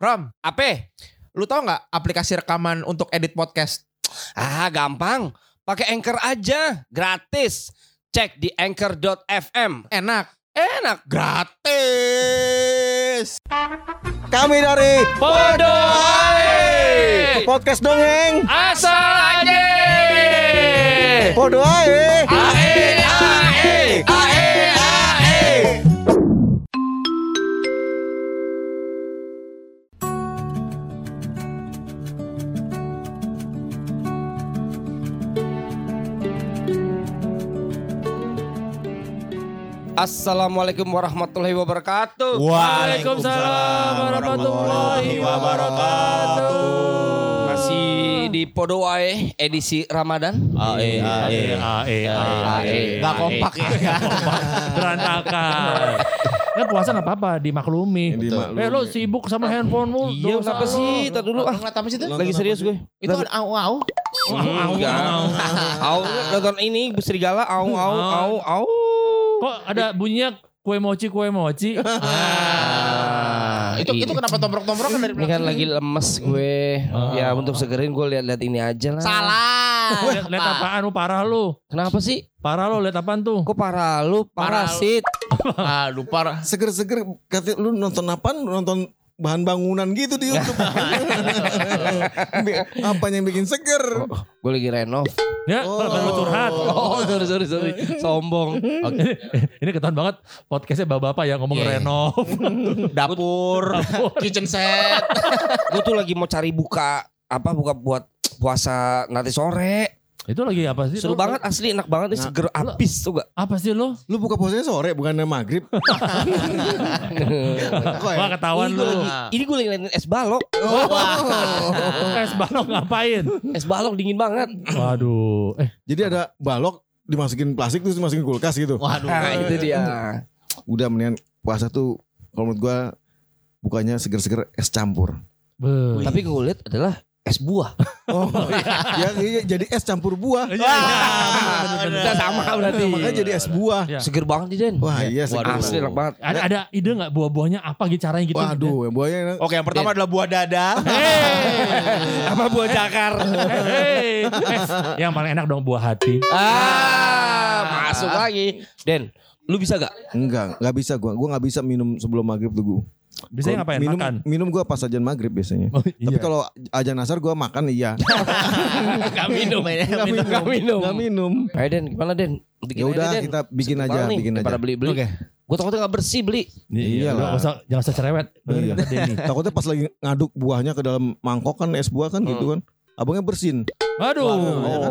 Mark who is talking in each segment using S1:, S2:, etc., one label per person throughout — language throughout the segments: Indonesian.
S1: Ram, apa? Lu tau nggak aplikasi rekaman untuk edit podcast?
S2: Ah, gampang. Pakai Anchor aja, gratis. Cek di anchor.fm.
S1: Enak,
S2: Enak,
S1: gratis.
S3: Kami dari
S2: Podo
S3: podcast dongeng.
S2: Asal aja.
S3: Podo ae.
S2: Ae, ae, ae, ae. Assalamualaikum warahmatullahi wabarakatuh.
S4: Waalaikumsalam warahmatullahi wabarakatuh.
S2: Masih di Podowae edisi Ramadan.
S4: AE AE AE AE.
S1: Gak kompak ya.
S2: Ah.
S4: Berantakan. Kan puasa gak apa-apa, dimaklumi. Eh lo sibuk sama handphonemu.
S2: Iya,
S4: dosa
S2: kenapa
S4: lo.
S2: sih? Tar dulu ah.
S1: Ngeliat apa sih itu?
S2: Lagi serius gue.
S1: Itu ada au-au.
S2: Enggak. Au, nonton ini Bu Serigala au au au au.
S4: Kok ada bunyinya kue mochi kue mochi?
S1: Ah, itu
S2: Iya.
S1: itu kenapa tombrok-tombrok dari
S2: Ini kan lagi lemes gue. Ya untuk segerin gue lihat-lihat ini aja lah.
S1: salah.
S4: Ah. Lihat lihat apaan lu parah lu.
S2: Kenapa sih?
S4: Parah lu lihat apaan tuh?
S2: Kok parah lu? Parasit.
S1: Ah, lupa.
S3: Seger-seger kata lu nonton apa? Nonton bahan bangunan gitu di YouTube. apa yang bikin seger?
S2: Gue lagi renov.
S4: Ya, oh. lu curhat.
S2: Oh, sorry sorry sorry. Sombong. Oke. Iya,
S4: Ini ketahuan banget podcastnya bapak-bapak ya ngomong renov.
S1: Dapur, kitchen set.
S2: Gue tuh lagi mau cari buka apa buka buat puasa nanti sore.
S4: Itu lagi apa sih?
S2: Seru
S4: Lu-
S2: banget asli enak banget nih seger abis tuh gak?
S4: Apa sih lo?
S3: Lu buka puasanya sore bukan maghrib. Kok ya?
S4: Wah ketahuan
S2: Ini
S4: lu.
S2: gue lagi, ini gue lagi ngeliatin es balok. iya.
S4: Es balok ngapain?
S2: Es balok dingin banget.
S4: Waduh. Eh,
S3: Jadi ada balok dimasukin plastik terus dimasukin kulkas gitu.
S1: Waduh.
S2: Nah, itu dia.
S3: Udah mendingan puasa tuh kalau menurut gua bukannya seger-seger es campur.
S4: be.
S2: Tapi gue lihat adalah es buah.
S3: Oh, ya, iya, jadi es campur buah. Nah,
S4: Iya, iya, bener, bener,
S2: Kita
S4: bener.
S2: sama berarti.
S3: Makanya jadi es buah.
S4: Iya.
S2: Seger banget nih Den.
S3: Wah, iya seger.
S2: Asli enak banget.
S4: Ada, ada ide nggak buah-buahnya apa gitu caranya gitu?
S3: Waduh, yang buahnya enak.
S1: Oke, yang pertama adalah buah dada.
S2: Sama buah cakar.
S4: Eh, eh, eh, yang paling enak dong buah hati.
S2: ah, masuk lagi. Den, lu bisa gak?
S3: Enggak, nggak bisa gua. Gua nggak bisa minum sebelum maghrib tuh gua. Gua
S4: Biasanya ngapain?
S3: Minum, ya?
S4: Makan.
S3: minum gua pas ajan maghrib biasanya.
S4: Oh, iya.
S3: Tapi kalau ajan asar gua makan iya.
S2: Gak minum.
S4: Iya,
S2: Gak minum. Gak minum.
S3: Nggak minum.
S2: Ayo Den, gimana Den? Bikin
S3: Ya
S2: aja,
S3: udah
S2: Den.
S3: kita bikin
S2: Sepi
S3: aja,
S2: banget nih,
S3: bikin aja.
S2: daripada beli-beli. Gue takutnya gak bersih beli.
S3: Iya
S4: Udah,
S3: lah.
S4: nggak usah- jangan usah cerewet. Bener
S3: Iya.
S4: kata Denny.
S3: Takutnya pas lagi ngaduk buahnya ke dalam mangkok kan es buah kan
S2: Hmm.
S3: gitu kan. Abangnya bersin.
S4: Waduh.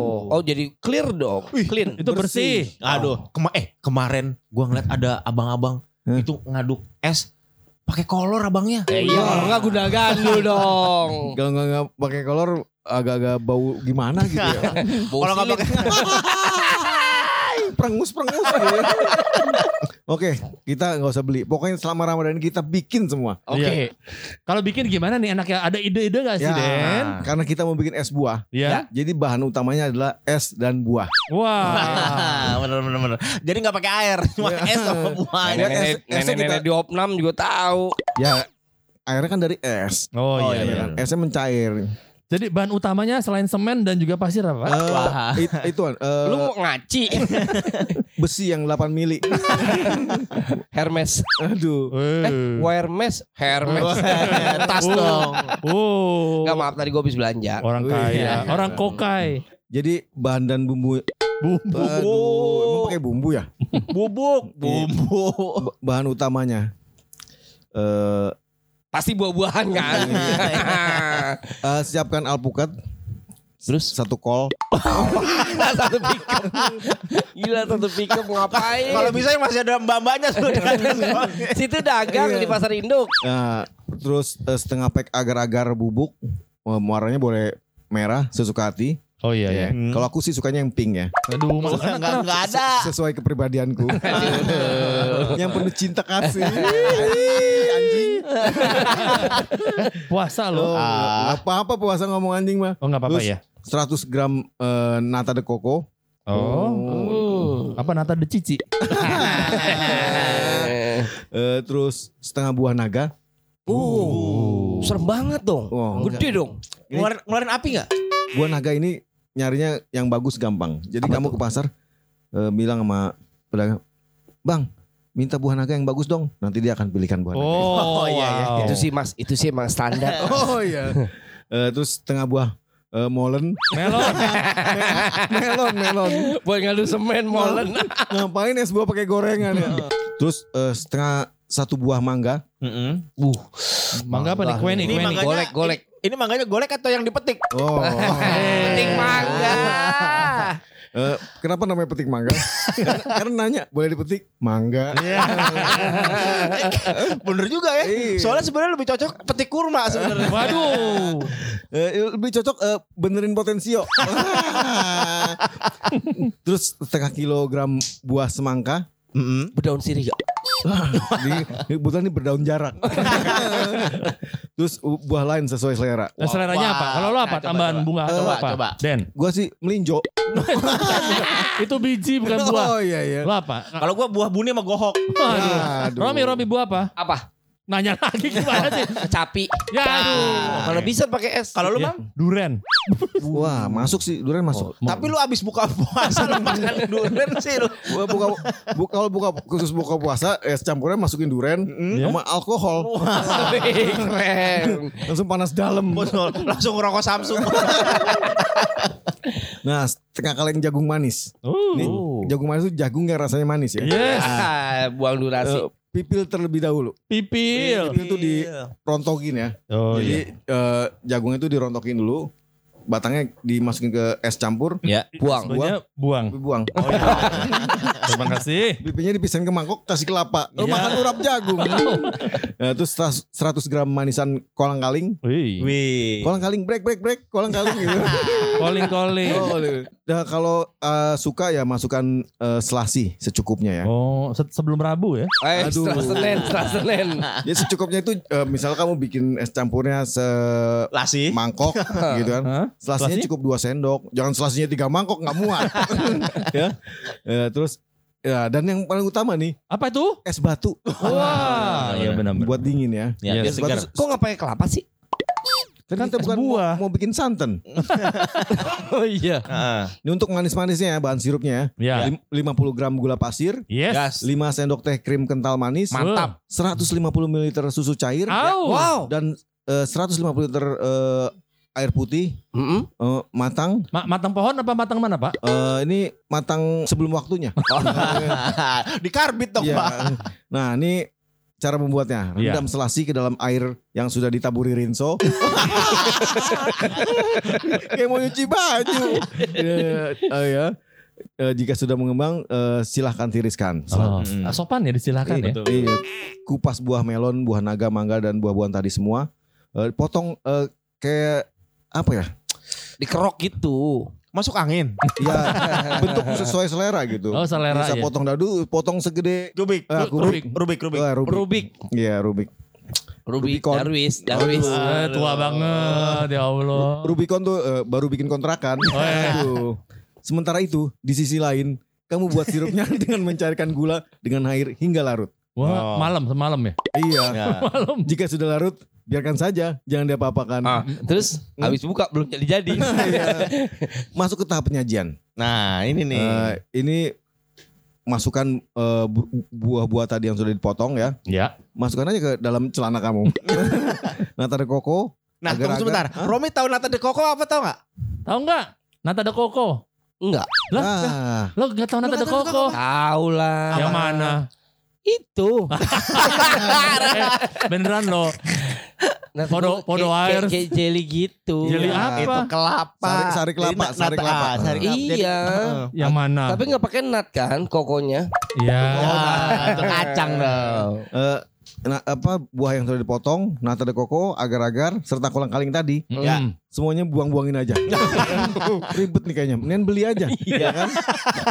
S2: Oh, oh jadi clear dong. Clean.
S4: Itu bersih.
S1: Aduh, kema eh kemarin gua ngeliat ada abang-abang
S3: Hmm.
S1: itu ngaduk es pakai kolor abangnya.
S2: Eh, iya, kalau enggak guna gandul dong.
S3: Kalau nggak nggak pakai kolor agak-agak bau gimana gitu ya.
S2: Kalau enggak pakai
S3: prengus prengus gitu ya. Oke, kita nggak usah beli. Pokoknya selama Ramadan kita bikin semua.
S2: Oke.
S4: Iya. Kalau bikin gimana nih enaknya? Ada ide-ide nggak
S3: Ya,
S4: sih, Den?
S3: karena kita mau bikin es buah.
S4: Iya.
S3: Jadi bahan utamanya adalah es dan buah.
S4: Wah.
S1: bener bener bener. Jadi nggak pakai air, cuma es sama buah.
S3: Ada es-
S2: Nenek-nenek
S3: esnya
S2: nenek-nenek di opnam juga tahu.
S3: Ya, airnya kan dari es.
S4: Oh,
S1: Oh,
S4: iya.
S1: iya,
S3: Ya
S4: iya.
S3: kan? Esnya mencair.
S4: Jadi bahan utamanya selain semen dan juga pasir apa?
S3: Eh,
S1: Wah.
S3: it- itu eh,
S2: Lu mau ngaci
S3: besi yang 8 mili.
S2: Hermes.
S3: Aduh. Hmm.
S4: Eh,
S2: Hermes, Hermes.
S1: Tas dong.
S4: Oh.
S2: Enggak maaf tadi gue habis belanja.
S1: Iya.
S4: Orang kaya, orang kokai.
S3: Jadi bahan dan bumbu.
S4: Bumbu.
S3: Aduh, emang pakai bumbu ya?
S1: Bubuk, bumbu.
S3: B- Bahan utamanya. Eh,
S2: Pasti buah-buahan kan.
S3: eh, siapkan alpukat.
S2: Terus
S3: Satu kol.
S2: satu pickup. Gila satu pickup ngapain?
S1: Kalau bisa ya, yang masih ada mbak-mbaknya sudah.
S2: situ dagang di pasar induk.
S3: Nah, terus eh, setengah pack agar-agar bubuk. Eh, Warnanya boleh merah sesuka hati.
S4: Oh iya
S3: Ya.
S4: ya.
S1: Hmm.
S3: Kalau aku sih sukanya yang pink ya.
S4: Aduh, masa
S1: Enggak,
S4: kan kenapa?
S1: enggak ada.
S3: Sesuai kepribadianku. yang penuh cinta kasih. anjing.
S4: puasa
S3: Oh,
S4: loh.
S3: nggak apa-apa puasa ngomong anjing mah.
S4: Oh nggak apa-apa
S3: Terus-
S4: ya.
S3: 100 gram eh, nata de coco.
S4: Oh.
S1: Uh.
S4: Apa nata de cici?
S3: Eh, terus setengah buah naga.
S2: Uh. Serem banget dong.
S3: Wah,
S2: Gede dong.
S1: Ngeluarin, ngeluarin api nggak?
S3: Gua naga ini nyarinya yang bagus gampang. Jadi
S2: Apa
S3: kamu ke pasar eh, bilang sama pedagang, "Bang, minta buah naga yang bagus dong." Nanti dia akan pilihkan buah naga.
S1: Oh, iya, iya.
S4: wow.
S2: Itu sih Mas, itu sih emang standar.
S3: Oh iya. Eh, terus setengah buah eh, molen,
S4: Melon.
S3: melon, melon.
S2: Buat ngadu semen molen.
S3: Ngapain es buah pakai gorengan ya? Terus eh, setengah satu buah mangga.
S1: Mm-mm.
S2: Uh,
S4: Mangga apa nih? Kue nih,
S1: Ini
S4: kue nih.
S1: mangga.
S2: golek golek.
S1: Ini mangganya golek atau yang dipetik?
S3: Oh.
S2: Penting mangga.
S3: Eh, kenapa namanya petik mangga? karena, karena nanya boleh dipetik mangga.
S1: Bener juga ya.
S3: Iya.
S1: Soalnya sebenarnya lebih cocok petik kurma sebenarnya.
S4: Waduh.
S3: Eh, lebih cocok eh, benerin potensio. Terus setengah kilogram buah semangka.
S1: Mm-mm.
S2: Berdaun sirih.
S3: Di, kebetulan ini berdaun jarak. Terus u- buah lain sesuai selera.
S4: Nah, seleranya
S1: Wah,
S4: apa? Kalau lo
S1: nah,
S4: apa?
S1: coba,
S4: Tambahan
S1: coba.
S4: bunga atau
S1: Coba,
S4: apa?
S1: coba.
S4: Den.
S3: Gua sih melinjo.
S4: Itu biji bukan buah.
S3: Oh iya iya.
S4: Lo apa?
S1: Kalau gua buah buni sama gohok.
S4: Aduh.
S3: Aduh.
S4: Romi, Romi buah apa?
S2: Apa?
S4: Nanya lagi gimana sih?
S2: Capi.
S4: Ya aduh.
S2: Mana bisa pakai es?
S1: Kalau lu bang,
S4: Ya, Duren.
S3: Wah masuk sih durian masuk.
S1: tapi lu abis buka puasa lu makan durian sih lu.
S3: Gua buka, bu- kalau buka khusus buka puasa es campurnya masukin durian
S4: Iya.
S3: sama alkohol
S2: Keren.
S3: langsung panas dalam.
S4: Oh.
S1: Betul. Langsung ngerokok Samsung.
S3: Nah, setengah kaleng jagung manis. Nih,
S4: Uh.
S3: jagung manis itu jagung yang rasanya manis ya.
S4: Yes.
S2: Ah, Buang durasi.
S3: Eh, pipil terlebih dahulu.
S1: Iya.
S4: Pipil.
S3: Pipil itu dirontokin ya.
S4: Oh
S3: Jadi eh, jagungnya itu dirontokin dulu. Batangnya dimasukin ke es campur,
S2: Ya, buang.
S4: Sebenarnya buang.
S3: dibuang.
S4: Terima kasih.
S3: Pipinya dipisahin ke mangkok, kasih kelapa. Lu
S4: Iya.
S3: makan urap jagung. Nah, terus 100 100 gram manisan kolang kaling.
S4: Wih. Iya.
S1: Wih.
S3: Kolang kaling break break break, kolang kaling gitu.
S4: Calling calling.
S3: Oh, nah, kalau eh, suka ya masukkan eh, selasi secukupnya ya.
S4: Oh, se- sebelum Rabu ya?
S2: Eh,
S3: Aduh.
S2: setelah Senin, setelah Senin.
S3: Jadi secukupnya itu eh, misalnya kamu bikin es campurnya se
S1: Lasi.
S3: mangkok gitu kan.
S4: Hah?
S3: Selasinya
S4: Selasi?
S3: cukup dua sendok. Jangan selasinya tiga mangkok nggak muat. ya. Ya, terus ya dan yang paling utama nih
S4: Apa itu?
S3: es batu
S1: Ah,
S4: Wah, iya benar.
S3: buat dingin ya.
S1: Ya, biar
S4: Yes.
S1: segar.
S3: Bagus.
S2: Kok nggak pakai kelapa sih?
S3: Kan
S4: Kan
S3: kita
S4: es
S3: bukan mau,
S4: buah.
S3: mau bikin santan.
S2: Oh iya.
S1: Heeh.
S3: Ini untuk manis-manisnya ya bahan sirupnya ya.
S4: Ya.
S3: Lim- 50 gram gula pasir,
S4: Yes.
S1: Gas.
S3: 5 sendok teh krim kental manis,
S4: Mantap.
S3: 150 ml susu cair Ya,
S4: Au.
S2: Wow.
S3: dan eh, 150 liter eh, air putih
S2: Mm-mm.
S3: eh, matang
S4: Ma- matang pohon apa matang mana, Pak?
S3: Eh, ini matang sebelum waktunya.
S1: Di karbit dong
S3: Iya.
S1: pak.
S3: Nah, ini cara membuatnya.
S4: Iya.
S3: Rendam selasi ke dalam air yang sudah ditaburi rinso. Kayak mau nyuci baju. Eh, eh, ya. Eh, jika sudah mengembang, eh, silahkan tiriskan.
S4: Oh.
S1: Mm.
S4: Ah, Sopan ya disilakan ya.
S3: Iya. Kupas buah melon, buah naga, mangga, dan buah-buahan tadi semua. Eh, potong eh, kayak apa ya?
S2: Dikerok gitu.
S1: Masuk angin.
S3: Ya bentuk sesuai selera gitu.
S4: Oh, selera
S3: Bisa
S4: ya.
S3: potong dadu, potong segede.
S1: Rubik.
S3: eh, kubik.
S1: Rubik. Rubik. Rubik.
S3: Eh, rubik.
S2: Rubik.
S3: Iya, rubik.
S2: Rubik.
S3: Rubicon.
S2: Darwis. Darwis.
S4: Eh, tua banget ya Allah.
S3: Rubicon tuh eh, baru bikin kontrakan. Aduh. Sementara itu, di sisi lain, kamu buat sirupnya dengan mencairkan gula dengan air hingga larut.
S4: Wah, malam semalam ya.
S3: Iya.
S1: Ya.
S4: Malam.
S3: Jika sudah larut, biarkan saja, jangan diapa-apakan.
S2: Ah,
S4: Hmm.
S2: terus habis buka belum jadi-jadi.
S3: Masuk ke tahap penyajian.
S1: Nah ini nih.
S3: Eh, ini masukkan eh, bu- buah-buah tadi yang sudah dipotong ya.
S4: Ya.
S3: Masukkan aja ke dalam celana kamu. Nata de coco.
S1: nah tunggu
S3: agar-agar-
S1: sebentar.
S3: Hah?
S1: Romi tahu nata de coco apa tahu nggak?
S4: Tahu nggak? Nata de Coco.
S2: Enggak.
S4: Lah, eh,
S3: Ah,
S4: lo nggak tahu Nata de Coco?
S2: Tahu lah.
S4: Yang mana? Eh,
S2: Itu.
S4: Beneran lo.
S2: Nah,
S4: Podo-
S2: kayak-
S4: podo
S2: kayak-
S4: air.
S2: Kayak jelly gitu.
S4: Jelly
S2: Ya.
S4: apa?
S1: Itu kelapa.
S3: Iya. Sari- sari kelapa,
S1: Jadi, na-
S3: sari
S1: nata-
S3: kelapa.
S1: ah, sari kelapa. Jadi- eh.
S2: Iya.
S1: Heeh.
S4: Yang mana?
S2: Tapi nggak pakai nut kan kokonya?
S4: Ya.
S1: Oh, Wah, itu kacang dong.
S3: eh, nah, apa buah yang sudah dipotong, nata de coco, agar-agar serta kolang kaling tadi.
S1: Ya.
S4: Mm.
S3: semuanya buang-buangin aja. Ribet nih kayaknya. Mendingan beli aja, ya kan?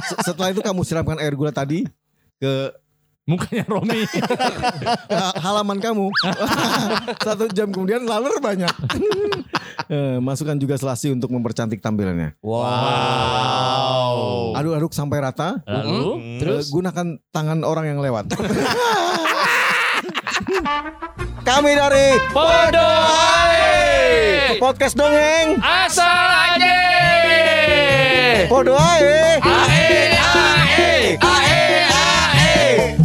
S3: Se- Setelah itu kamu siramkan air gula tadi ke
S4: Mukanya Romi.
S3: ha- Eh, halaman kamu. Satu jam kemudian laler banyak. Eh, Masukkan juga selasi untuk mempercantik tampilannya.
S4: Wow.
S3: Aduk-aduk sampai rata. Eh,
S4: Lalu
S3: Oh. Terus
S2: Hmm. Terus?
S3: gunakan tangan orang yang lewat. Kami dari
S2: Podo ae.
S3: Podcast Dongeng
S2: Asal aja.
S3: Podo ae.
S2: Ae ae ae
S4: Eh!
S2: ae.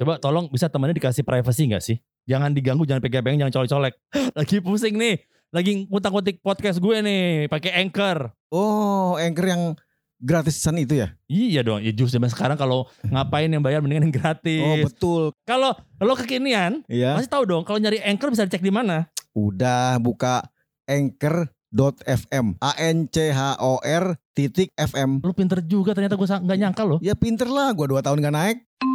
S4: Coba tolong bisa temannya dikasih privacy gak sih? Jangan diganggu, jangan pegang-pegang, jangan colek-colek. Lagi pusing nih. Lagi ngutak-ngutik podcast gue nih pakai Anchor.
S3: Oh, anchor yang gratisan itu ya?
S4: Iya dong, ya justru zaman sekarang kalau ngapain yang bayar mendingan yang
S3: Oh,
S4: gratis.
S3: betul.
S4: kalau lo kekinian,
S3: Iya.
S4: masih tahu dong kalau nyari Anchor bisa dicek di mana?
S3: Udah buka anchor.fm. A N C H O R titik FM.
S4: Lo pinter juga ternyata gue sa- nggak nyangka lo.
S3: Ya pinter lah, gua 2 tahun gak naik.